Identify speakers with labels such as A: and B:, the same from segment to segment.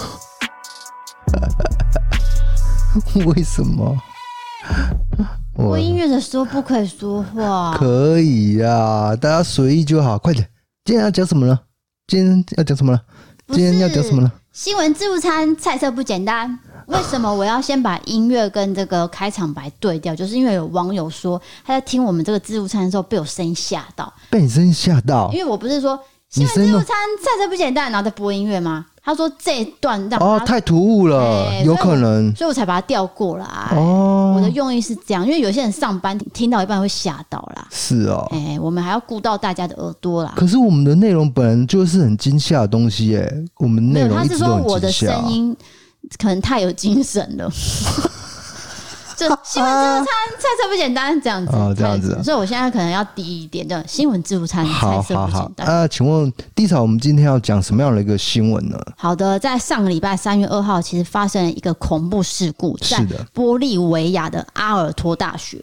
A: 为什么？
B: 播音乐的时候不可以说话。
A: 可以呀、大家随意就好。快点，今天要讲什么呢？今天要讲什么呢？
B: 不
A: 今
B: 是
A: 天要讲什么呢？
B: 新闻自助餐菜色不简单，为什么我要先把音乐跟这个开场白对调？就是因为有网友说他在听我们这个自助餐的时候被我声音吓到，
A: 被你声音吓到
B: 因为我不是说新
A: 哦你声
B: 闻自
A: 音
B: 助
A: 都
B: 餐菜色不简单，然后再播音乐吗？他说这一段让他，
A: 哦，太突兀了，
B: 哎
A: 有可能
B: 所以我才把它调过来。我
A: 哦
B: 的。用意是这样，因为有些人上班听到一半会吓到啦。
A: 是哦，
B: 哎、我们还要顾到大家的耳朵啦。
A: 可是我们的内容本来就是很惊吓的东西耶，我们
B: 没
A: 内
B: 有，
A: 容
B: 他
A: 一
B: 是
A: 直都
B: 说
A: 很
B: 我的
A: 惊吓
B: 声
A: 啊。
B: 音可能太有精神了。 就新闻自助餐菜色不简单这样子，
A: 哦这样子啊
B: 对所以我现在可能要低一点的新闻自助餐菜
A: 好
B: 色
A: 好
B: 不
A: 好
B: 简，单。
A: 那请问地草，我们今天要讲什么样的一个新闻呢？
B: 好的，在上个礼拜三月二号，其实发生了一个恐怖事故，在
A: 是的
B: 玻利维亚的阿尔托大学。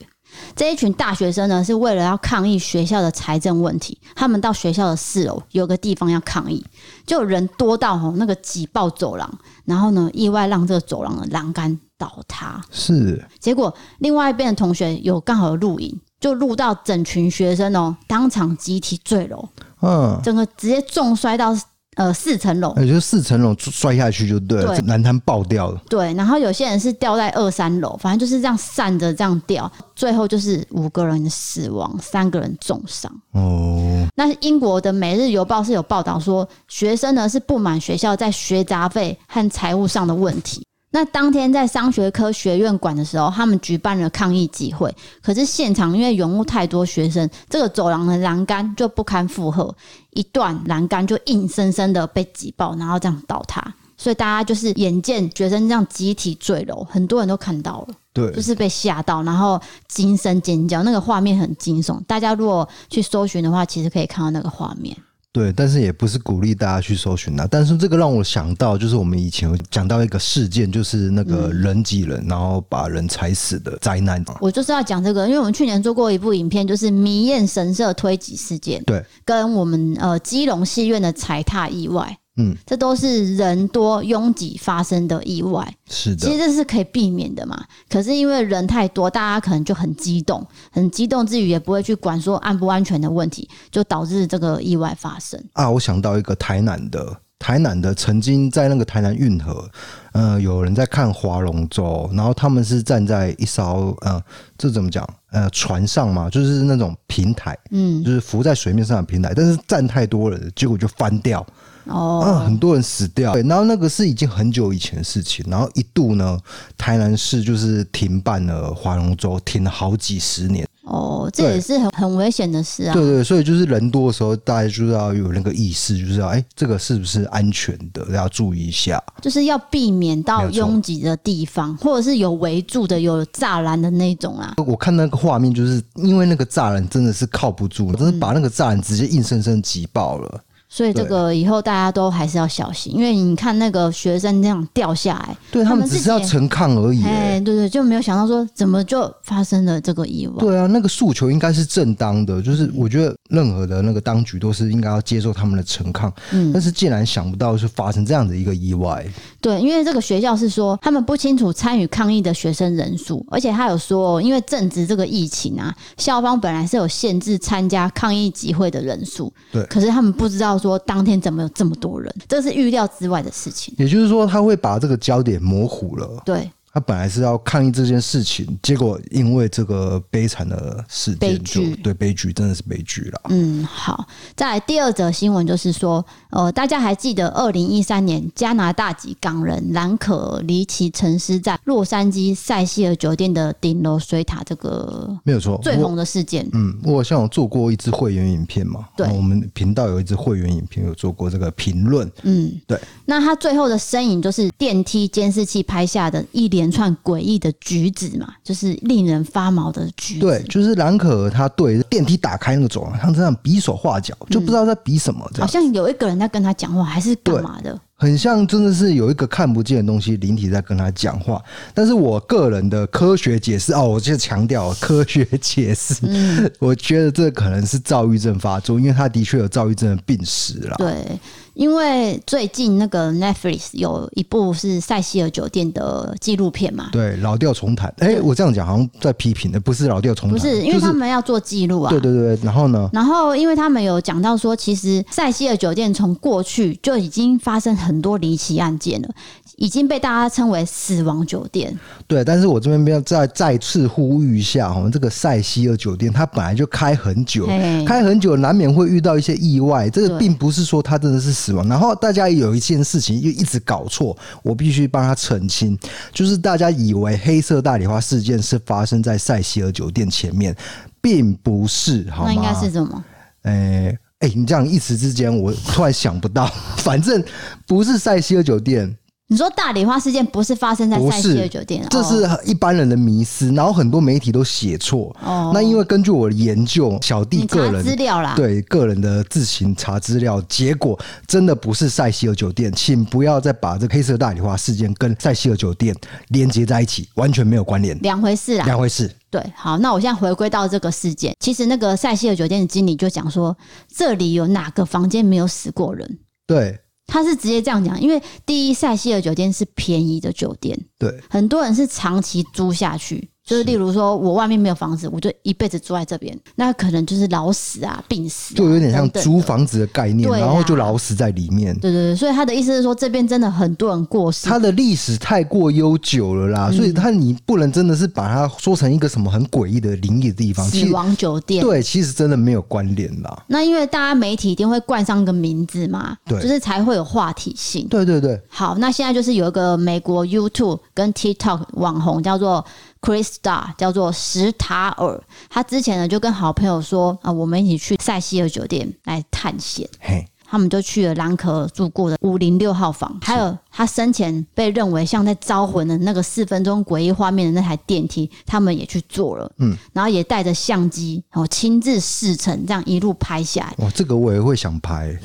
B: 这一群大学生呢，是为了要抗议学校的财政问题，他们到学校的四楼有个地方要抗议，就人多到吼那个挤爆走廊，然后呢，意外让这个走廊的栏杆倒塌。
A: 是
B: 结果另外一边的同学有刚好有录影，就录到整群学生哦，当场集体坠楼，
A: 嗯，
B: 整个直接重摔到呃四层楼，
A: 也就是四层楼摔下去就对了，
B: 对
A: 这蓝滩爆掉了。
B: 对，然后有些人是掉在二三楼，反正就是这样散着这样掉，最后就是五个人死亡，三个人重伤。
A: 哦，
B: 那英国的《每日邮报》是有报道说，学生呢是不满学校在学杂费和财务上的问题。那当天在商学科学院馆的时候，他们举办了抗议集会，可是现场因为涌入太多学生，这个走廊的栏杆就不堪负荷，一段栏杆就硬生生的被挤爆，然后这样倒塌。所以大家就是眼见学生这样集体坠楼，很多人都看到了。
A: 对
B: 就，是被吓到，然后惊声尖叫，那个画面很惊悚。大家如果去搜寻的话，其实可以看到那个画面。
A: 对，但是也不是鼓励大家去搜寻啊。但是这个让我想到，就是我们以前有讲到一个事件，就是那个人挤人，然后把人踩死的灾难嘛。
B: 我就是要讲这个，因为我们去年做过一部影片，就是迷艳神社推挤事件，
A: 对，
B: 跟我们呃基隆戏院的踩踏意外，
A: 嗯，
B: 这都是人多拥挤发生的意外。
A: 是
B: 其实
A: 的，
B: 这是可以避免的嘛。可是因为人太多，大家可能就很激动，很激动之余也不会去管说安不安全的问题，就导致这个意外发生。
A: 啊，我想到一个台南的。台南的曾经在那个台南运河，呃，有人在看划龙舟，然后他们是站在一艘呃，这怎么讲？呃，船上嘛，就是那种平台，
B: 嗯，
A: 就是浮在水面上的平台，但是站太多了，结果就翻掉，
B: 哦，
A: 啊，很多人死掉。对，然后那个是已经很久以前的事情，然后一度呢，台南市就是停办了划龙舟，停了好几十年。
B: 哦，这
A: 对
B: 也是很很危险的事啊。
A: 对对，所以就是人多的时候，大家就要有那个意识，就是要哎、这个是不是安全的，要注意一下。
B: 就是要避免
A: 没
B: 到
A: 有错
B: 拥挤的地方，或者是有围住的、有栅栏的那种啊。
A: 我看那个画面，就是因为那个栅栏真的是靠不住，真是把那个栅栏直接硬生生挤爆了。
B: 所以这
A: 对
B: 个以后大家都还是要小心，因为你看那个学生那样掉下来，
A: 对
B: 他
A: 他
B: 们
A: 们只
B: 自
A: 是要
B: 己也
A: 承抗而已、哎
B: 哎，对对，就没有想到说怎么就发生了这个意外。
A: 对啊，那个诉求应该是正当的，
B: 嗯
A: 就是我觉得任何的那个当局都是应该要接受他们的陈抗，
B: 嗯
A: 但是竟然想不到是发生这样的一个意外，
B: 对，因为这个学校是说他们不清楚参与抗议的学生人数，而且他有说哦，因为正值这个疫情啊，校方本来是有限制参加抗议集会的人数，
A: 对
B: 可是他们不知道说当天怎么有这么多人，这是预料之外的事情。
A: 也就是说他会把这个焦点模糊了。
B: 对，
A: 他本来是要抗议这件事情，结果因为这个悲惨的事
B: 悲
A: 件就
B: 剧
A: 对悲剧真的是悲剧了。
B: 嗯，好。再来第二则新闻就是说，呃，大家还记得二零一三年加拿大籍港人兰可离奇沉尸在洛杉矶塞西尔酒店的顶楼水塔这个
A: 没有错，
B: 最
A: 我
B: 红的事件。
A: 嗯，我好像有做过一支会员影片嘛，
B: 对
A: 我们频道有一支会员影片有做过这个评论，
B: 嗯，
A: 对。
B: 那他最后的身影就是电梯监视器拍下的一连串诡异的举止嘛，就是令人发毛的举止。
A: 对，就是兰可儿她对电梯打开那个走廊，她这样比手画脚，
B: 嗯
A: 就不知道在比什么，这
B: 好
A: 样、
B: 像有一个人在跟他讲话，还是干嘛的？
A: 很像真的是有一个看不见的东西灵体在跟她讲话。但是我个人的科学解释哦，我就强调科学解释，
B: 嗯
A: 我觉得这可能是躁郁症发作，因为她的确有躁郁症的病史啦。
B: 对，因为最近那个 Netflix 有一部是塞西尔酒店的纪录片嘛，
A: 对，老调重弹。哎、我这样讲好像在批评的，不是老调重
B: 不
A: 弹，
B: 是因
A: 就
B: 为他
A: 是
B: 们要做记录啊，
A: 对对对。对然后呢，
B: 然后，因为他们有讲到说，其实塞西尔酒店从过去就已经发生很多离奇案件了，已经被大家称为“死亡酒店
A: 对，但是我这边要再再次呼吁一下，我们这个塞西尔酒店它本来就开很”久。
B: 嘿。
A: 开很久难免会遇到一些意外，这个
B: 对
A: 并不是说它真的是死亡。然后大家有一件事情又一直搞错，我必须帮他澄清，就是大家以为黑色大礼花事件是发生在塞西尔酒店前面，并不是，好吗？
B: 那应该是什么？
A: 诶、诶、你这样一时之间，我突然想不到， 反正不是塞西尔酒店，
B: 你说大理花事件不是发生在
A: 不
B: 塞西尔
A: 是
B: 酒店？
A: 这是
B: 哦
A: 一般人的迷思，然后很多媒体都写错。
B: 哦
A: 那因为根据我的研究，小弟
B: 你
A: 个
B: 查资
A: 人。
B: 料啦，
A: 对个人的自行查资料，结果真的不是塞西尔酒店，请不要再把这个黑色大理花事件跟塞西尔酒店连接在一起，完全没有关联，
B: 两回事啦。
A: 两回事。
B: 对，好，那我现在回归到这个事件，其实那个塞西尔酒店的经理就讲说，这里有哪个房间没有死过人？
A: 对
B: 他是直接这样讲，因为第一，塞西尔酒店是便宜的酒店，
A: 对
B: 很多人是长期租下去，就是例如说我外面没有房子，我就一辈子住在这边，那可能就是老死啊、病死、啊，
A: 就有点像
B: 等等的
A: 租。房子的概念，
B: 对
A: 然后
B: 啦
A: 就老死在里面。
B: 对对对，所以他的意思是说，这边真的很多人过世。
A: 它的历史太过悠久了啦，
B: 嗯
A: 所以它你不能真的是把它说成一个什么很诡异的灵异的地方。其
B: 死
A: 实
B: 亡酒店，
A: 对，其实真的没有关联啦。
B: 那因为大家媒体一定会冠上一个名字嘛，
A: 对
B: 就是才会有话题性。
A: 对对对，
B: 好，那现在就是有一个美国 YouTube 跟 TikTok 网红叫做 Chris Star，叫做史塔尔。他之前呢就跟好朋友说啊，我们一起去塞西尔酒店来探险。
A: 嘿，
B: 他们就去了兰可儿住过的五零六号房，还有他生前被认为像在招魂的那个四分钟诡异画面的那台电梯，他们也去坐了，嗯，然后也带着相机，然后亲自试乘，这样一路拍下来。
A: 哇，这个我也会想拍。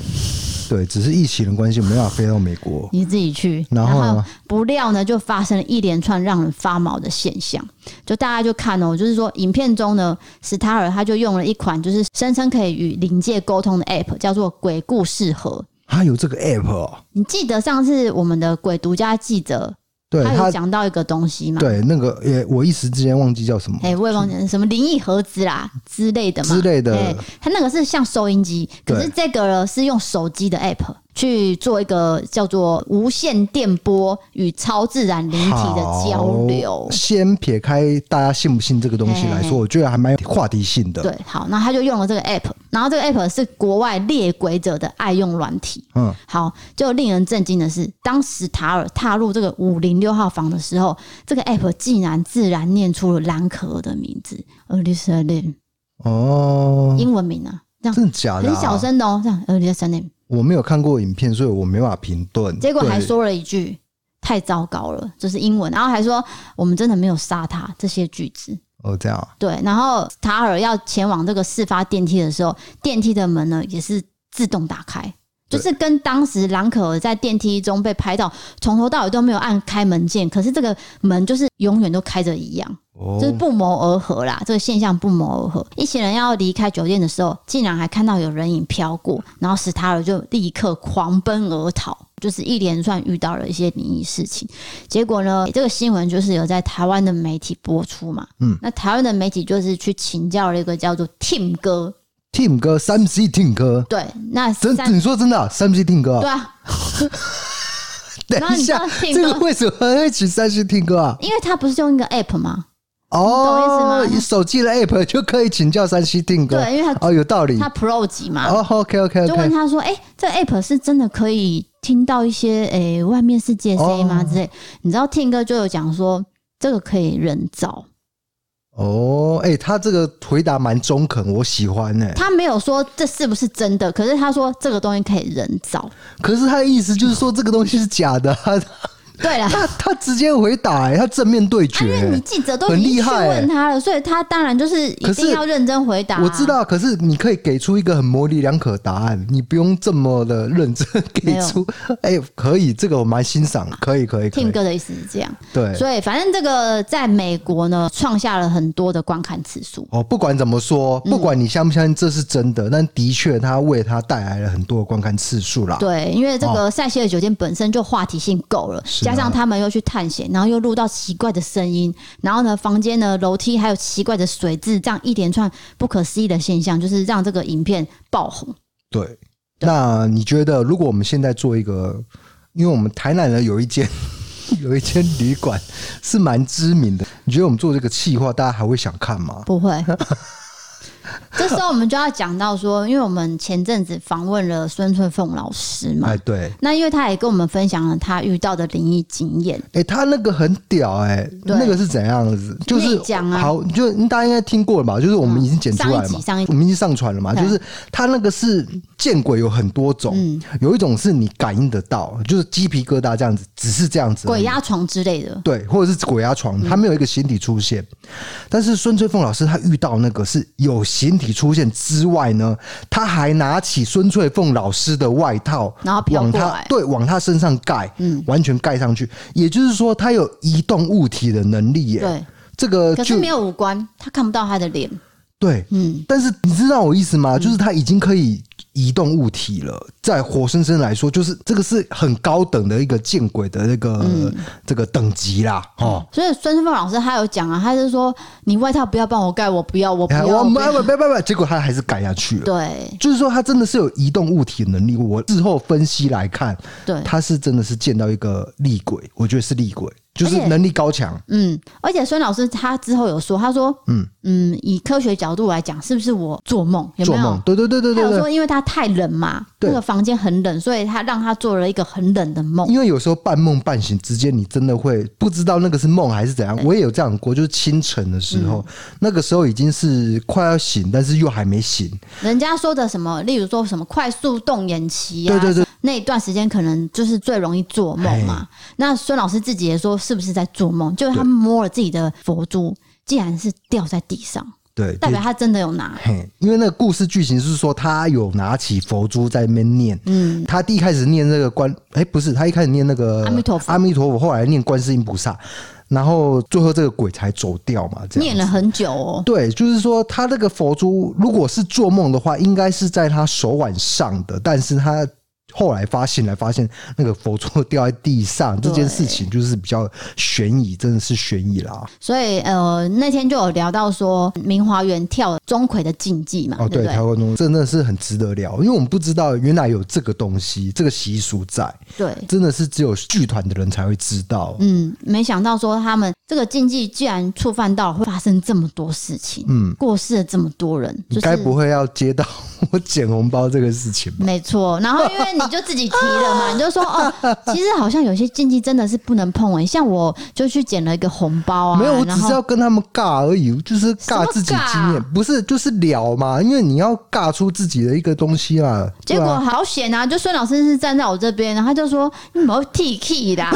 A: 对，只是疫情的关系，没办法飞到美国。
B: 你自己去，
A: 然后呢
B: 不料呢，就发生了一连串让人发毛的现象。就大家就看哦，就是说，影片中呢，史塔尔他就用了一款就是声称可以与灵界沟通的 App，叫做“鬼故事盒
A: 它有这个 app，、哦”。、
B: 你记得上次我们的鬼独家记者
A: 对
B: 他有
A: 它，
B: 讲到一个东西嘛？，
A: 对那个呃，我一时之间忘记叫什么
B: 哎、我也忘记了什么灵异盒子啦之类的嘛
A: 之类
B: 哎
A: 的。
B: 它那个是像收音机，可是
A: 对
B: 这个呢是用手机的 app 去做一个叫做无线电波与超自然灵体的交流
A: 好。先撇开大家信不信这个东西来
B: 嘿
A: 说，我觉得还蛮有话题性的。
B: 对，好，那他就用了这个 app，然后这个 app 是国外猎鬼者的爱用软体。
A: 嗯，
B: 好，就令人震惊的是，当时塔尔踏入这个五零六号房的时候，这个 app 竟然自然念出了兰可儿的名字 a l i s a Lim，
A: 哦，
B: 英文名啊，这样
A: 真的假的、
B: 很
A: 啊？
B: 小声的哦，这样 a l i s a Lim，
A: 我没有看过影片，所以我没办法评论。
B: 结果还
A: 对，
B: 说了一句太糟糕了，这是英文，然后还说我们真的没有杀他这些句子。
A: 哦，这样啊，
B: 对，然后塔尔要前往这个事发电梯的时候，电梯的门呢也是自动打开，就
A: 对
B: 是跟当时兰可儿在电梯中被拍到，从头到尾都没有按开门键，可是这个门就是永远都开着一样，
A: 哦
B: 就是不谋而合啦。这个现象不谋而合。一行人要离开酒店的时候，竟然还看到有人影飘过，然后史塔尔就立刻狂奔而逃。就是一连串遇到了一些灵异事情，结果呢，这个新闻就是有在台湾的媒体播出嘛，
A: 嗯
B: 那台湾的媒体就是去请教了一个叫做 Tim 哥，
A: Tim 哥，三 C Tim 哥，
B: 对，那
A: 真
B: 三
A: 你说真的啊，三 C Tim 哥
B: 对
A: 啊，
B: 啊，然后
A: 等
B: 你
A: 一
B: 知道
A: 下，
B: Tim
A: 这个
B: 哥
A: 为什么会取三 C Tim 哥啊？
B: 因为他不是用一个 app 吗？
A: 哦
B: 意思，吗
A: 手机的 App 就可以请教三 C Tim 哥，
B: 对因为
A: 哦有道理
B: 他。Pro 级嘛，
A: 哦，OK OK
B: 就问
A: OK，
B: 他说：“哎、这个 app 是真的可以听到一些诶、外面世界声音
A: 哦
B: 吗？”之类，你知道 Tim 哥就有讲说，这个可以人造，
A: 哦，哎，他这个回答蛮中肯，我喜欢欸呢。
B: 他没有说这是不是真的，可是他说这个东西可以人造，
A: 可是他的意思就是说这个东西是假的啊，
B: 对啦，
A: 他他直接回答、欸，他正面对
B: 啊，因
A: 决、
B: 为你记者都
A: 很
B: 已经
A: 厉
B: 去
A: 害欸
B: 问他了，所以他当然就是一
A: 可是
B: 定要认真回答、
A: 我知，道，可是你可以给出一个很模棱两可的答案，你不用这么的认真 给出。哎、可以，这个我蛮欣赏，可以，可以，可
B: 听
A: 以。
B: 哥的意思是这样。
A: 对，
B: 所以反正这个在美国呢，创下了很多的观看次数。
A: 哦，不管怎么说，不管你相不相信这是真的，但的确他为他带来了很多的观看次数啦。
B: 对，因为这个塞西尔酒店本身就话题性够了，
A: 哦是啊
B: 加上他们又去探险，然后又录到奇怪的声音，然后呢，房间呢楼梯还有奇怪的水渍，这样一连串不可思议的现象，就是让这个影片爆红。
A: 对，那你觉得如果我们现在做一个，因为我们台南人有一间 有一间旅馆是蛮知名的，你觉得我们做这个企划，大家还会想看吗？
B: 不会。这时候我们就要讲到说，因为我们前阵子访问了孙翠凤老师嘛
A: 哎，，对，
B: 那因为她也跟我们分享了她遇到的灵异经验，
A: 哎、他那个很屌哎、
B: 对
A: 那个是怎样子？就是
B: 内讲啊
A: 好，就大家应该听过了吧？就是我们已经剪出来了嘛，
B: 嗯上一集上一集
A: 我们已经上传了嘛。
B: 对嗯
A: 就是他那个是见鬼有很多种，有一种是你感应得到，就是鸡皮疙瘩这样子，只是这样子而已，
B: 鬼压床之类的。
A: 对，或者是鬼压
B: 嗯
A: 床，他没有一个形体出现。但是孙翠凤老师他遇到那个是有形体出现之外呢，他还拿起孙翠凤老师的外套，
B: 然后飘
A: 往
B: 过
A: 他
B: 来
A: 对往他身上盖，嗯，完全盖上去。也就是说，他有移动物体的能力耶。
B: 对，
A: 这个
B: 可
A: 呃就是
B: 没有五官，他看不到他的脸。
A: 对，
B: 嗯，
A: 但是你知道我意思吗？就是他已经可以移动物体了，在活生生来说，就是这个是很高等的一个见鬼的那个、
B: 嗯
A: 这个等级啦，哦。
B: 所以孙凤老师他有讲啊，他就说你外套不要帮我盖，我不要，我不
A: 哎，
B: 要。
A: 我
B: 我不
A: 没
B: 要
A: 没没没没，结果他还是改下去了。
B: 对
A: 就是说，他真的是有移动物体的能力。我事后分析来看，
B: 对，
A: 他是真的是见到一个厉鬼，我觉得是厉鬼，就是
B: 而且
A: 能力高强。
B: 嗯，而且孙老师他之后有说，他说，嗯嗯，以科学角度来讲，是不是我做梦？有
A: 做
B: 没
A: 梦
B: 有，？
A: 对对对对
B: 他
A: 对
B: 有
A: 对，
B: 说，因为他太冷嘛，
A: 对
B: 那个房间很冷，所以他让他做了一个很冷的梦。
A: 因为有时候半梦半醒之间，你真的会不知道那个是梦还是怎样。我也有这样过，就是清晨的时候，
B: 嗯
A: 那个时候已经是快要醒，但是又还没醒。
B: 人家说的什么，例如说什么快速动眼期啊，
A: 对对对
B: 那一段时间可能就是最容易做梦嘛。那孙老师自己也说，是不是在做梦？就是他摸了自己的佛珠，竟然是掉在地上，
A: 对，
B: 代表他真的有拿。
A: 嘿，因为那个故事剧情是说，他有拿起佛珠在那边念，嗯，他第一开始念那个观，哎、不是，他一开始念那个
B: 阿弥陀佛
A: 阿弥陀佛，后来念观世音菩萨，然后最后这个鬼才走掉嘛，这样
B: 念了很久哦，
A: 对，就是说他那个佛珠，如果是做梦的话，应该是在他手腕上的，但是他后来发现来发现那个佛珠掉在地上这件事情，就是比较悬疑，真的是悬疑啦。
B: 所以呃，那天就有聊到说明华园跳钟馗的禁忌嘛，
A: 哦，
B: 对
A: 对，
B: 不
A: 台
B: 对？
A: 湾中真的是很值得聊，因为我们不知道原来有这个东西，这个习俗在，
B: 对，
A: 真的是只有剧团的人才会知道。
B: 嗯，没想到说他们这个禁忌既然触犯到了，会发生这么多事情，嗯，过世了这么多人，
A: 你
B: 就是
A: 该不会要接到我捡红包这个事情吧？
B: 没错，然后因为你就自己提了 嘛，你就说哦，其实好像有些禁忌真的是不能碰诶、像我就去捡了一个红包啊，
A: 没有，我只
B: 然
A: 是
B: 后
A: 要跟他们尬而已，就是
B: 什么
A: 尬自己经验
B: 尬，啊
A: 不是就是聊嘛，因为你要尬出自己的一个东西啦。对
B: 结果
A: 啊
B: 好险啊！就孙老师是站在我这边，然后他就说你没剃 key 啦，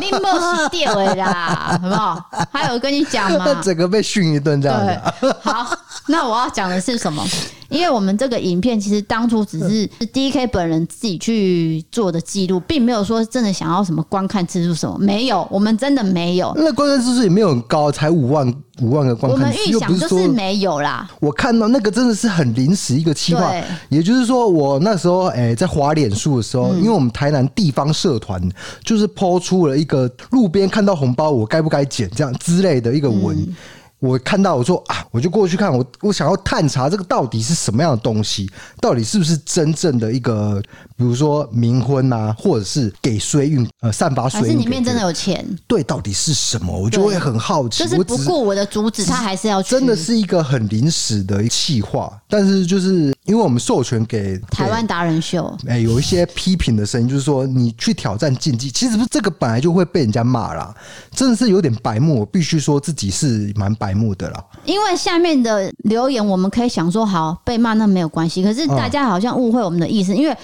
B: 你没死掉的啦，好不好？还有跟你讲 嘛，
A: 那整个被训一顿这样子啊，
B: 对，好，那我要讲的是什么？因为我们这个影片其实当初 只是是 D K 本人自己去做的记录，并没有说真的想要什么观看次数什么，没有，我们真的没有。
A: 那观看次数也没有很高，才五万五万个观
B: 我
A: 看
B: 们
A: 次数，
B: 预
A: 又不
B: 想就是是
A: 说
B: 没有啦，
A: 我看到那个真的是很临时一个企划
B: 对，
A: 也就是说，我那时候诶、在滑脸书的时
B: 嗯
A: 候，因为我们台南地方社团就是抛出了一个路边看到红包我该不该捡这样之类的一个文。
B: 嗯
A: 我看到我说啊，我就过去看，我我想要探查这个到底是什么样的东西，到底是不是真正的一个，比如说冥婚啊，或者是给衰运呃散发衰
B: 还
A: 运给别
B: 是
A: 人，
B: 里面真的有钱，
A: 对到底是什么，我就
B: 对
A: 会很好奇。
B: 就是
A: 我
B: 不
A: 只是
B: 顾我的主旨，他还是要去。
A: 真的是一个很临时的企划，但是就是因为我们授权给
B: 台湾达人秀，
A: 哎、有一些批评的声音，就是说你去挑战禁忌，其实这个本来就会被人家骂啦，真的是有点白目。我必须说自己是蛮白目的啦。
B: 因为下面的留言，我们可以想说，好被骂那没有关系。可是大家好像误会我们的意思，因为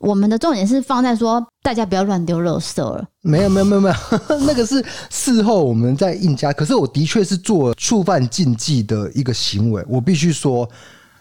B: 我们的重点是放在说大家不要乱丢垃圾了。
A: 没有没有没有没有， 那个是事后我们在硬加，可是我的确是做触犯禁忌的一个行为，我必须说。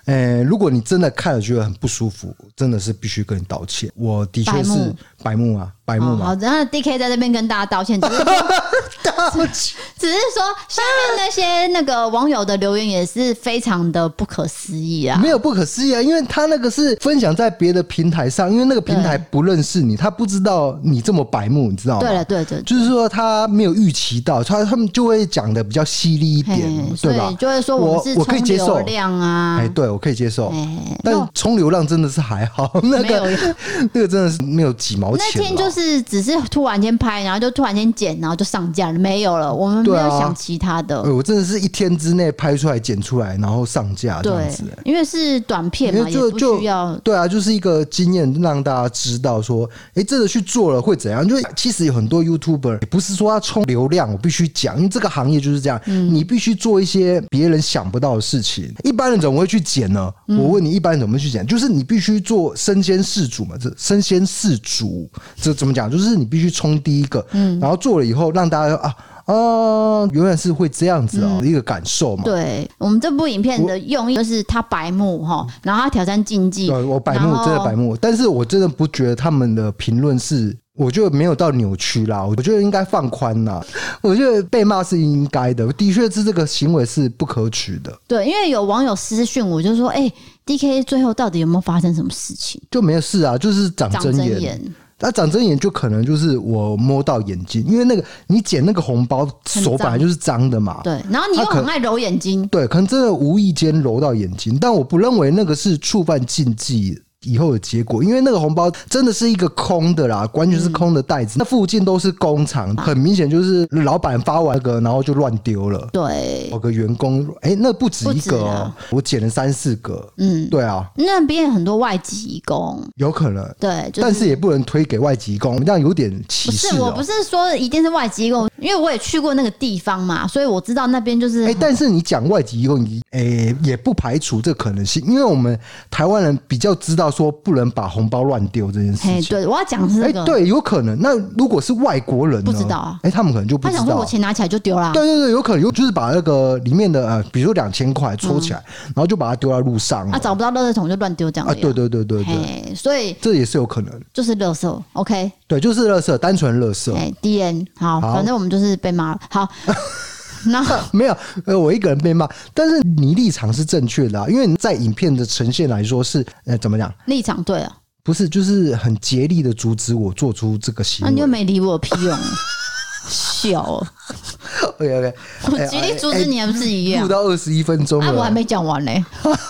A: 呃，如果你真的看了觉得很不舒服，真的是必须跟你道歉。我的确
B: 白
A: 是
B: 目
A: 白目啊，白目
B: 哦、
A: 嘛
B: 好，，然后 D K 在这边跟大家道歉，只是说
A: 道歉
B: 只是说下面那些那个网友的留言也是非常的不可思议啊。
A: 没有不可思议啊，因为他那个是分享在别的平台上，因为那个平台不认识你，他不知道你这么白目，你知道吗？
B: 对了，对对对
A: 就是说他没有预期到，他他们就会讲的比较犀利一点
B: 嘿，嗯所
A: 对吧
B: 以？就会说
A: 我
B: 们是
A: 我可以
B: 冲
A: 接受
B: 流量啊
A: 哎、，对我可以接受，
B: 哎
A: 但充流量真的是还好， 那
B: 没有
A: 个那个真的是没有几毛
B: 那
A: 钱哦啦。
B: 天就是只是突然间拍，然后就突然间剪，然后就上架了，没有了。我们没
A: 对
B: 有
A: 啊
B: 想其他的，
A: 哎我真的是一天之内拍出来、剪出来，然后上架这样
B: 对
A: 子、哎，
B: 因为是短片
A: 因
B: 嘛，
A: 为
B: 也
A: 就
B: 不
A: 就
B: 需要。
A: 对啊，就是一个经验，让大家知道说，哎、真的去做了会怎样？就是其实有很多 YouTuber 也不是说要冲流量，我必须讲，因为这个行业就是这样，
B: 嗯
A: 你必须做一些别人想不到的事情。一般人怎么会去剪呢？
B: 嗯
A: 我问你，一般人怎么会去剪？就是你必须做身先士卒嘛，这身先士卒，这怎么讲？就是你必须冲第一个，
B: 嗯
A: 然后做了以后让大家啊。哦，永远是会这样子
B: 嗯
A: 哦，一个感受嘛。
B: 对我们这部影片的用意就是他白目哈，然后他挑战禁忌，
A: 嗯对，我白
B: 然
A: 目
B: 后
A: 真的白目，但是我真的不觉得他们的评论是，我觉得没有到扭曲啦，我觉得应该放宽啦，我觉得被骂是应该的，的确是这个行为是不可取的，
B: 对，因为有网友私讯我就说，哎、d K 最后到底有没有发生什么事情？
A: 就没有事啊，就是长
B: 长
A: 针
B: 真
A: 眼。
B: 言，
A: 那长针眼就可能就是我摸到眼睛，因为那个你捡那个红包
B: 脏
A: 手本来就是脏的嘛，
B: 对，然后你又
A: 他可
B: 很爱揉眼睛，
A: 对，可能真的无意间揉到眼睛，但我不认为那个是触犯禁忌以后的结果，因为那个红包真的是一个空的啦，完
B: 嗯
A: 全是空的袋子，那附近都是工厂，很明显就是老板发完个，然后就乱丢了。
B: 对，
A: 某个员工，哎、那不止一个
B: 不止
A: 哦、
B: 啊
A: 我捡了三四个。
B: 嗯，
A: 对啊，
B: 那边很多外籍义工，
A: 有可能，
B: 对，就
A: 但是也不能推给外籍工，这样有点歧
B: 不
A: 视、
B: 是，
A: 哦。
B: 我不是说一定是外籍义工，因为我也去过那个地方嘛，所以我知道那边就是
A: 哎、但是你讲外籍移工，你诶、也不排除这可能性，因为我们台湾人比较知道说不能把红包乱丢这件事
B: 嘿，
A: 情。
B: 对，我要讲的是
A: 哎、
B: 这个，
A: 对，有可能。那如果是外国人呢？
B: 不知道啊
A: 哎、他们可能就不
B: 他
A: 知
B: 想说
A: 道
B: 我
A: 啊。
B: 钱拿起来就丢啦，
A: 对对对，有可能有就是把那个里面的呃，比如说两千块抽起来，
B: 嗯
A: 然后就把它丢在路上了
B: 啊，找不到垃圾桶就乱丢这
A: 嗯
B: 样
A: 啊，
B: 子呀
A: 对对对对对，
B: 嘿，所以
A: 这也是有可能。
B: 就是垃圾，OK，
A: 对，就是垃圾，单纯垃圾。
B: 哎，D N，好，
A: 好
B: 反正我们就是被骂了，好，然后
A: 没有，呃，我一个人被骂，但是你立场是正确的、啊，因为你在影片的呈现来说是，呃，怎么讲？
B: 立场对了，
A: 不是，就是很竭力的阻止我做出这个行
B: 那啊你
A: 为
B: 又。没理我屁用，笑哦，
A: OK OK，
B: 我极
A: 哎
B: 力阻止你还不是一样
A: 录？到二十一分钟
B: 啊，我还
A: 了，
B: 没讲完嘞。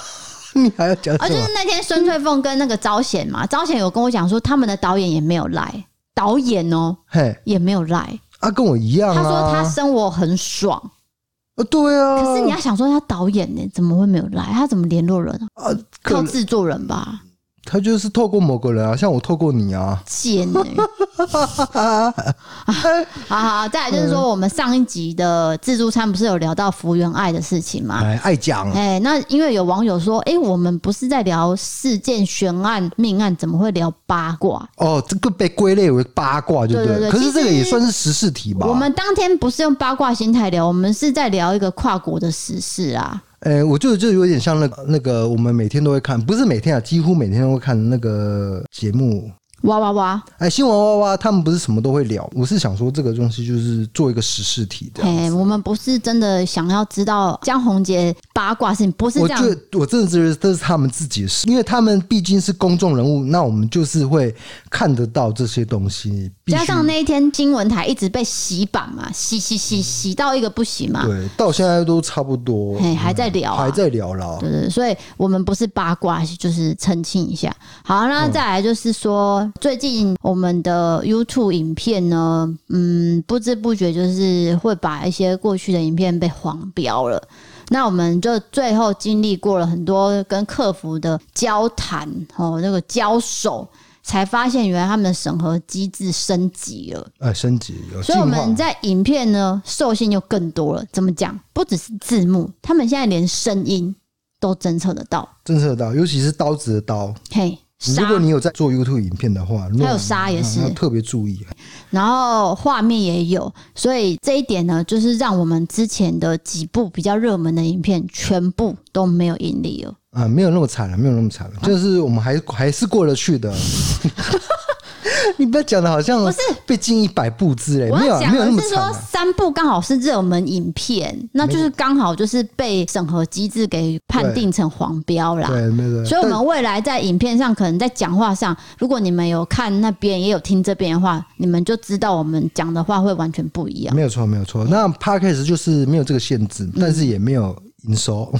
A: 你还要讲
B: 啊，
A: 什
B: 就
A: 么
B: 是？那天孙翠凤跟那个招贤嘛，招贤有跟我讲说，他们的导演也没有来，导演哦、
A: 嘿，
B: 也没有来。
A: 啊，跟我一样啊。
B: 他说他生活很爽，
A: 呃对啊，
B: 可是你要想说他导演呢、怎么会没有来？他怎么联络人啊？
A: 啊，可
B: 靠
A: 能
B: 制作人吧，
A: 他就是透过某个人啊，像我透过你啊，
B: 贱呢、 好好好，再来就是说，我们上一集的自助餐不是有聊到福原爱的事情吗？
A: 哎，爱讲
B: 哎、那因为有网友说，哎、我们不是在聊事件、悬案、命案，怎么会聊八卦？
A: 哦，这个被归类为八卦，就
B: 对对对
A: 了。可
B: 其
A: 是这个
B: 实
A: 也算是时事题吧？
B: 我们当天不是用八卦心态聊，我们是在聊一个跨国的时事啊。
A: 哎，我就就有点像那个那个，我们每天都会看，不是每天啊，几乎每天都会看那个节目，
B: 哇哇哇！
A: 哎，新闻哇哇，他们不是什么都会聊。我是想说，这个东西就是做一个时事题的。
B: 哎、我们不是真的想要知道江宏杰八卦事情，不是
A: 我
B: 这
A: 觉
B: 样。
A: 得我真的觉得这是他们自己的事，因为他们毕竟是公众人物，那我们就是会看得到这些东西。必须
B: 加上那一天新闻台一直被洗版嘛，洗洗洗洗到一个不行嘛，
A: 对，到现在都差不多，
B: 哎、还在聊、
A: 嗯
B: 啊，
A: 还在聊啦。
B: 对对，所以我们不是八卦，就是澄清一下。好，那再来就是说，最近我们的 YouTube 影片呢，嗯，不知不觉就是会把一些过去的影片被黄标了。那我们就最后经历过了很多跟客服的交谈哦，那个交手，才发现原来他们的审核机制升级了。
A: 哎，升级有
B: 所
A: 进
B: 以我
A: 化。
B: 们在影片呢受限就更多了。怎么讲？不只是字幕，他们现在连声音都侦测得到。
A: 侦测到，尤其是刀子的刀。
B: 嘿，杀
A: 如果你有嗯在做 YouTube 影片的话，如果
B: 还有杀也是
A: 要特别注意。
B: 然后画面也有，所以这一点呢，就是让我们之前的几部比较热门的影片全部都没有盈利了。
A: 啊，没有那么惨了，没有那么惨了，就是我们还还是过得去 的。你不要讲的好像
B: 不是
A: 被禁一百步之类，
B: 我
A: 没有
B: 要
A: 啊
B: 讲
A: 没有那
B: 的
A: 么
B: 是
A: 惨
B: 说，
A: 啊。
B: 三部刚好是热门影片，那就是刚好就是被审核机制给判定成黄标啦。
A: 对，没有。
B: 啊所以，我
A: 但
B: 们未来在影片上，可能在讲话上，如果你们有看那边，也有听这边的话，你们就知道我们讲的话会完全不一 样。
A: 没有错，没有错。那 podcast 就是没有这个限制，但是也没有营收。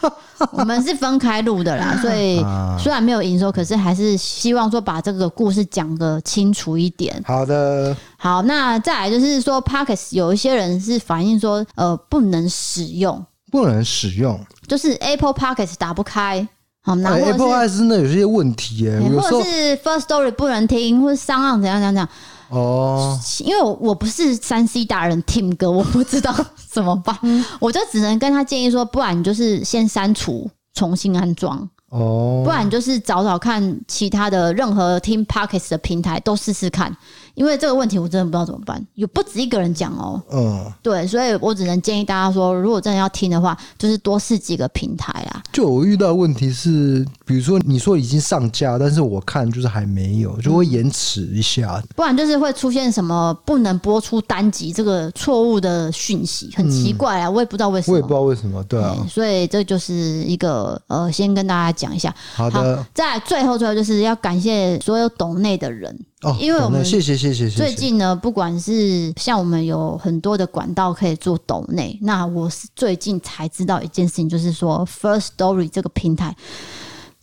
B: 我们是分开录的啦，所以
A: 啊
B: 虽然没有营收，可是还是希望说把这个故事讲得清楚一点。
A: 好的，
B: 好，那再来就是说 p o c k e t 有一些人是反映说，呃，不能使用，
A: 不能使用。
B: 就是 Apple p o c k e t 打不开，好，然
A: 哎
B: 后或者是
A: Apple i 真的有些问题耶，
B: 对
A: 有时
B: 或
A: 候
B: 者是 First Story 不能听，或者商案怎样怎样怎样。
A: 哦，
B: 因为我我不是三 C 达人 Tim 哥，我不知道怎么办，我就只能跟他建议说，不然你就是先删除。重新安装，
A: 哦，
B: 不然你就是找找看其他的任何听 Pockets 的平台都试试看，因为这个问题我真的不知道怎么办，有不止一个人讲哦、
A: 嗯，
B: 对，所以我只能建议大家说，如果真的要听的话，就是多试几个平台啦。
A: 就我遇到的问题是，比如说你说已经上架，但是我看就是还没有，就会延迟一下。
B: 不然就是会出现什么不能播出单集这个错误的讯息，很奇怪啊，我也不知道为什
A: 我
B: 么。
A: 也不知道为什么，对啊，
B: 嗯所以这就是一个呃，先跟大家讲一下。
A: 好的
B: 再来最后最后就是要感谢所有懂内的人。
A: 哦，
B: 因为我们
A: 懂了谢谢谢谢谢谢，
B: 最近呢，不管是像我们有很多的管道可以做抖内，那我是最近才知道一件事情，就是说 First Story 这个平台，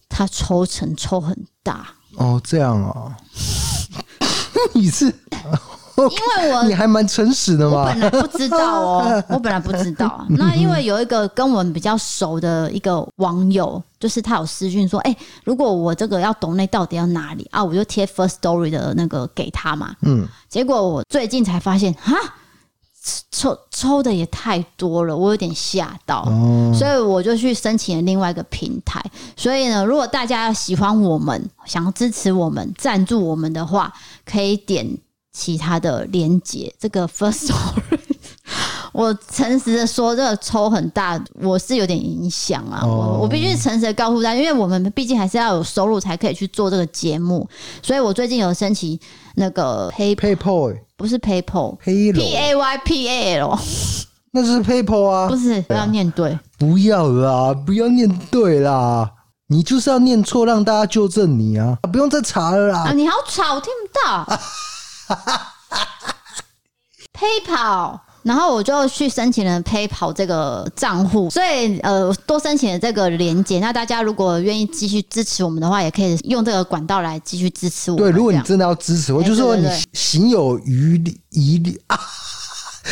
B: 它抽成抽很大，
A: 哦这样啊， 你是
B: 因为我
A: 你还蛮诚实的
B: 呃我
A: 嘛
B: 本，来不知道 哦，我本来不知道。那因为有一个跟我们比较熟的一个网友，就是他有私讯说，哎、如果我这个要懂内到底要哪里啊？我就贴 First Story 的那个给他嘛。
A: 嗯，
B: 结果我最近才发现，哈，抽抽的也太多了，我有点吓到。
A: 哦，
B: 所以我就去申请了另外一个平台。所以呢，如果大家喜欢我们，想要支持我们、赞助我们的话，可以点其他的连接。这个 First Story，我诚实的说，这个抽很大，我是有点影响啊。
A: 哦
B: 我我必须诚实的告诉大家，因为我们毕竟还是要有收入才可以去做这个节目，所以我最近有申请那个黑
A: PayPal
B: 不是 PayPal。
A: 黑
B: P
A: 楼
B: A Y P A L
A: 那是 PayPal
B: 不
A: 哦啊，
B: 是，不要念对，
A: 不要啦，不要念对啦。你就是要念错，让大家纠正你啊！不用再查了
B: 啊，
A: 啦。
B: 你好吵，我听不到。PayPal，然后我就去申请了 PayPal 这个账户，所以呃，多申请了这个连接。那大家如果愿意继续支持我们的话，也可以用这个管道来继续支持我们。
A: 对，如果你
B: 这样
A: 真的要支持，我
B: 哎
A: 就说
B: 对
A: 你
B: 对对
A: 行有余力， 余力啊，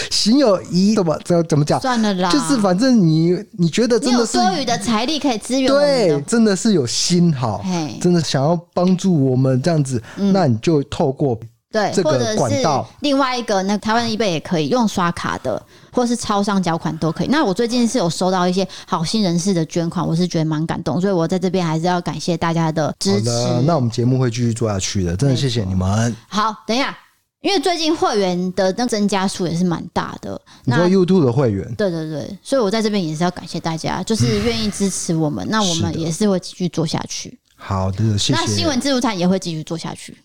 A: 行有余怎么怎么怎么讲？
B: 算了啦，
A: 就是反正你你觉得
B: 你
A: 真
B: 有
A: 的是
B: 多余的财力可以支援我们
A: 对
B: 的，。
A: 真的是有心好
B: 嘿，嗯
A: 真的想要帮助我们这样子，那你就透过
B: 对，
A: 这个
B: 或者
A: 管
B: 是
A: 道
B: 另外一个，那台湾一 E 倍也可以用刷卡的，或是超商缴款都可以。那我最近是有收到一些好心人士的捐款，我是觉得蛮感动，所以我在这边还是要感谢大家的
A: 好
B: 支持。
A: 的，那我们节目会继续做下去的，真的谢谢你们。
B: 好，等一下，因为最近会员的那增加数也是蛮大的，
A: 你
B: 那
A: 说 YouTube 的会员，
B: 对对对，所以我在这边也是要感谢大家，就是愿意支持我们，那我
A: 是
B: 们
A: 的
B: 也是会继续做下去。
A: 好的，谢
B: 那新
A: 谢。
B: 闻自助餐也会继续做下去。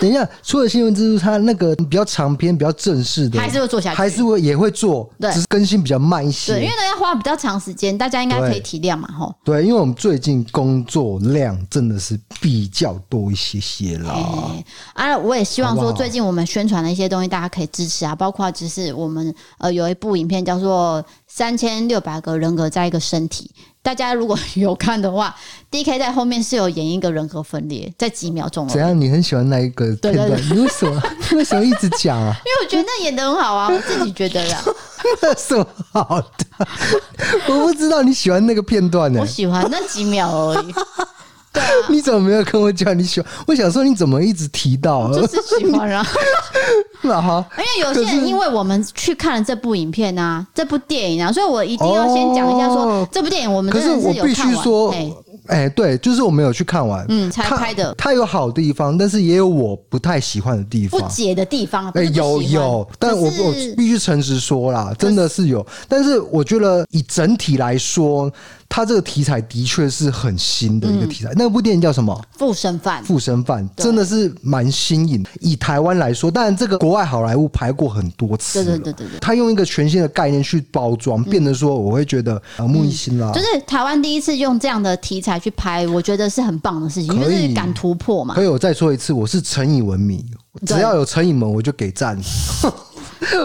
A: 等一下，除了新闻之助，它那个比较长篇、比较正式的，
B: 还是会做下去
A: 还是会也会做，
B: 对
A: 只是更新比较慢一
B: 对，因为
A: 些。
B: 呢要花比较长时间，大家应该可
A: 对
B: 以体谅嘛，吼。
A: 对，因为我们最近工作量真的是比较多一些些啦。
B: 哎啊，我也希望
A: 哦好
B: 说，
A: 不好
B: 最近我们宣传的一些东西，大家可以支持啊，包括只是我们呃有一部影片叫做《三千六百个人格在一个身体》，大家如果有看的话，D K 在后面是有演一个人格分裂，在几秒钟
A: 怎
B: 哦。
A: 样？你很喜欢那一个
B: 对
A: 片
B: 对
A: 段？你为什 么为什么一直讲啊？
B: 因为我觉得那演的很好啊，我自己觉得啦。
A: 那有什么好的？我不知道你喜欢那个片段呢、
B: 我喜欢那几秒而 已，啊
A: 你怎么没有跟我讲你喜欢？我想说你怎么一直提到？
B: 就是喜欢啊。
A: 那 好，
B: 因为有些人因为我们去看了这部影片啊，这部电影啊，所以我一定要先讲一下说，
A: 哦
B: 这部电影我们
A: 可
B: 真
A: 是
B: 的
A: 我
B: 有
A: 必
B: 看
A: 须
B: 完，
A: 说
B: 哎，
A: 哎、对，就是我没有去看完，
B: 嗯，才
A: 它
B: 拍的
A: 它有好地方，但是也有我不太喜欢的地
B: 不
A: 方。
B: 解的地方，不
A: 哎、
B: 是不
A: 有
B: 喜欢
A: 有，但我
B: 可是
A: 我必须诚实说啦，真的是有。但是我觉得以整体来说，它这个题材的确是很新的一个题材。那部电影叫什么？
B: 附身犯
A: 附身犯
B: 嗯对
A: 真的是蛮新颖。以台湾来说，当然这个国外好莱坞拍过很多次了，
B: 对对对对对嗯
A: 他用一个全新的概念去包装，变得说我会觉得呃耳目一新啦。
B: 就是台湾第一次用这样的题材去拍，我觉得是很棒的事情，因
A: 可以
B: 为是敢突破嘛
A: 可。以，我再说一次，我是陈以文迷，只
B: 对
A: 要有陈以文我就给赞。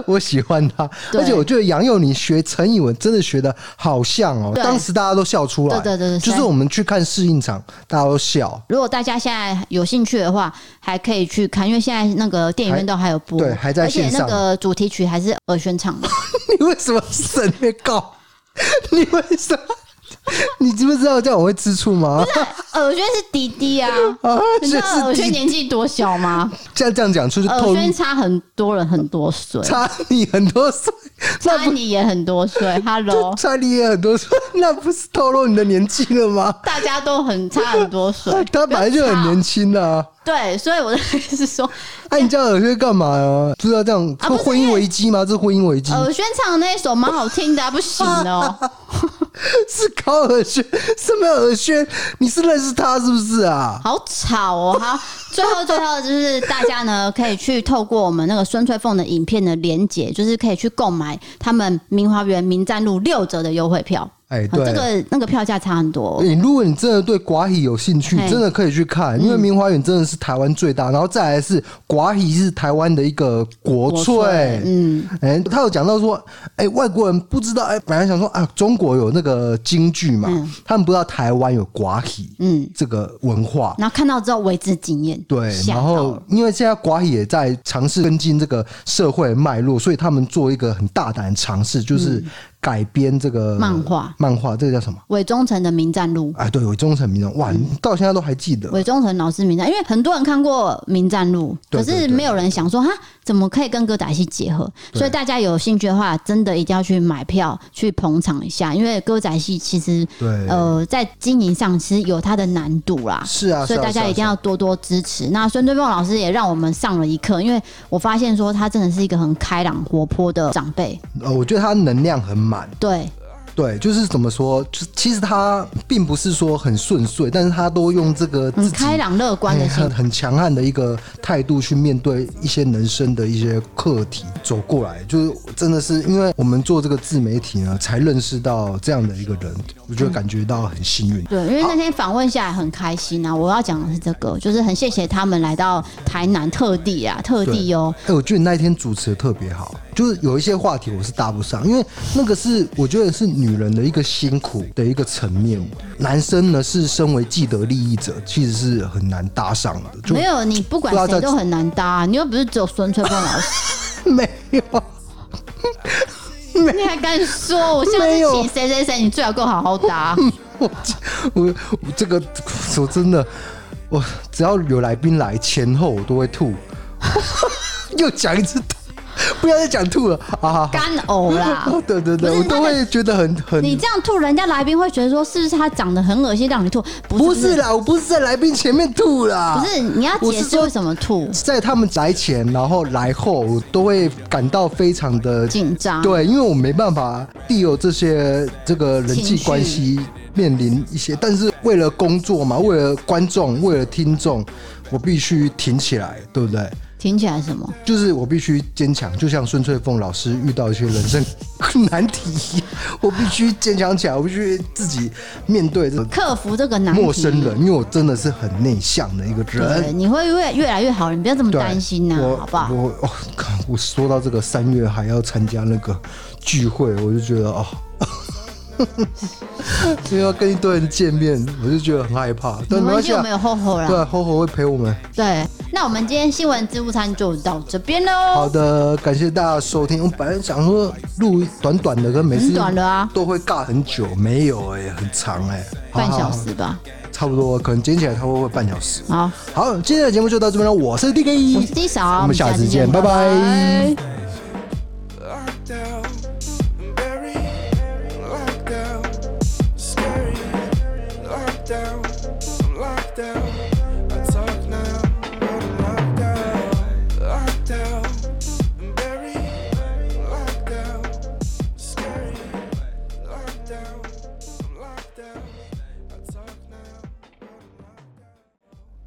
A: 我喜欢他，
B: 对
A: 而且我觉得杨佑宁学陈以文真的学的好像哦，
B: 对
A: 当时大家都笑出来。
B: 对对对对
A: 就是我们去看试映场，大家都笑。
B: 如果大家现在有兴趣的话，还可以去看，因为现在那个电影院都还有播，
A: 对还在
B: 而且
A: 线上
B: 那个主题曲还是耳宣唱 的，
A: 你为什么省略告？ 你为什么？你知不知道这样我会吃醋吗？
B: 耳宣是迪迪 啊，
A: 啊，
B: 你知道
A: 就
B: 耳
A: 是
B: 宣年纪多小 吗？
A: 这样这样讲出去透
B: 耳
A: 露
B: 宣差很多人很 多岁，
A: 差你很多岁，
B: 差你也很多岁，Hello，
A: 差你也很多岁，那不是透露你的年纪了吗？，
B: 大家都很差很多岁
A: 他本来就很年轻啊。
B: 对，所以我的意思是说，
A: 哎，你这样耳朵干嘛呀？不知道这样会
B: 啊不是呃
A: 婚姻危机吗？这是婚姻危机
B: 耳宣唱的那一首蛮好听的、啊，不行哦。
A: 是高尔轩，什么尔轩？你是认识他是不是啊？
B: 好吵哦！好，最后最后就是大家呢可以去透过我们那个孙翠凤的影片的连结，就是可以去购买他们明华园民站路六折的优惠票。
A: 哎，
B: 啊
A: 对，
B: 这个那个票价差很多、哦。
A: 你如果你真的对寡喜有兴趣，
B: 嘿嗯
A: 真的可以去看，因为明华园真的是台湾最大，然后再来是寡喜是台湾的一个国
B: 国
A: 粹
B: 粹。嗯，
A: 哎、他有讲到说，哎、外国人不知道，哎、本来想说啊，中国有那个京剧嘛，
B: 嗯
A: 他们不知道台湾有寡喜，
B: 嗯
A: 这个文化。
B: 然后看到之后为之惊艳，
A: 对，
B: 吓
A: 然
B: 到
A: 后
B: 了
A: 因为现在寡喜也在尝试跟进这个社会脉络，所以他们做一个很大胆的尝试，就是改编这个
B: 嗯漫画
A: 漫画这个叫什么？
B: 伪忠诚的民站路。
A: 哎，对，伪忠诚民众，哇，
B: 嗯
A: 你到现在都还记得。
B: 伪忠诚老师名站，因为很多人看过《名站路》，
A: 对
B: 可
A: 对对
B: 是没有人想说哈，怎么可以跟歌仔戏结合？所以大家有兴趣的话，真的一定要去买票去捧场一下，因为歌仔戏其实
A: 对
B: 呃在经营上其实有它的难度啦。
A: 是啊，
B: 所以
A: 是啊
B: 大家一定。
A: 是啊
B: 要多多支持。那孙对凤老师也让我们上了一课，因为我发现说他真的是一个很开朗活泼的长辈。
A: 是啊呃，我觉得他能量很满，
B: 对，
A: 对，就是怎么说，就是其实他并不是说很顺遂，但是他都用这个自
B: 很
A: 己
B: 开朗乐观的
A: 嗯
B: 心
A: 很很强悍的一个态度去面对一些人生的一些课题走过来，就是真的是因为我们做这个自媒体呢，才认识到这样的一个人，我觉得感觉到很幸运。
B: 嗯对，因为那天访问下来很开心啊！我要讲的是这个，就是很谢谢他们来到台南特地啊，特地哦，
A: 哎、我觉得你那一天主持的特别好，就是有一些话题我是搭不上，因为那个是我觉得是女人的一个辛苦的一个层面，男生呢是身为既得利益者，其实是很难搭上的，就
B: 没有你不管
A: 不知道在
B: 谁都很难搭啊、你又不是只有孙翠凤老 师，
A: 没有。
B: 你还敢说？我下次
A: 没有
B: 请谁谁谁，你最好给我好 好搭。
A: 我我我这个说真的，我只要有来宾来前后我都会吐， 又讲一次吐，不要再讲吐了，好好好，
B: 干 呕啦！
A: 对对对，
B: 不
A: 我
B: 是
A: 都会觉得很
B: 你
A: 很。
B: 这样吐，人家来宾会觉得说是不是他长得很恶心，让你吐？
A: 不
B: 不
A: 是
B: 是，
A: 啦，我不是在来宾前面吐啦，
B: 不是，你要
A: 我是
B: 解释
A: 说
B: 为什么吐，
A: 在他们来前，然后来后，我都会感到非常的
B: 紧张。
A: 对，因为我没办法地有这些这个人际
B: 情绪
A: 关系面临一些，但是为了工作嘛，为了观众，为了听众，我必须挺起来，对不对？
B: 听起来什么？
A: 就是我必须坚强，就像孙翠凤老师遇到一些人生难题一样，我必须坚强起来，我必须自己面对这个
B: 克服这个难题。
A: 陌生人，因为我真的是很内向的一个人
B: 对，。你会越越来越好，你不要这么
A: 对
B: 担心呐、
A: 我
B: 好不好？
A: 我哦，看 我说到这个三月还要参加那个聚会，我就觉得哦，因为要跟一堆人见面，我就觉得很害怕。但
B: 你
A: 没
B: 们
A: 关
B: 已
A: 系
B: 经有
A: 啊
B: 没，有后后
A: 对
B: 了？
A: 啊，后后会陪我们。
B: 对，那我们今天新闻自助餐就到这边
A: 好
B: 喽。
A: 的，感谢大家收听。我本来想说录短短的，跟每次
B: 很短的啊
A: 都会尬很久，没有哎、很长哎、好
B: 半小，
A: 好
B: 时吧。
A: 好差不多，可能剪起来差不多会半小时。
B: 好，
A: 好，今天的节目就到这边了，我是 D
B: 我
A: K，
B: 是 D 嫂，
A: 我们下次见拜拜
B: 拜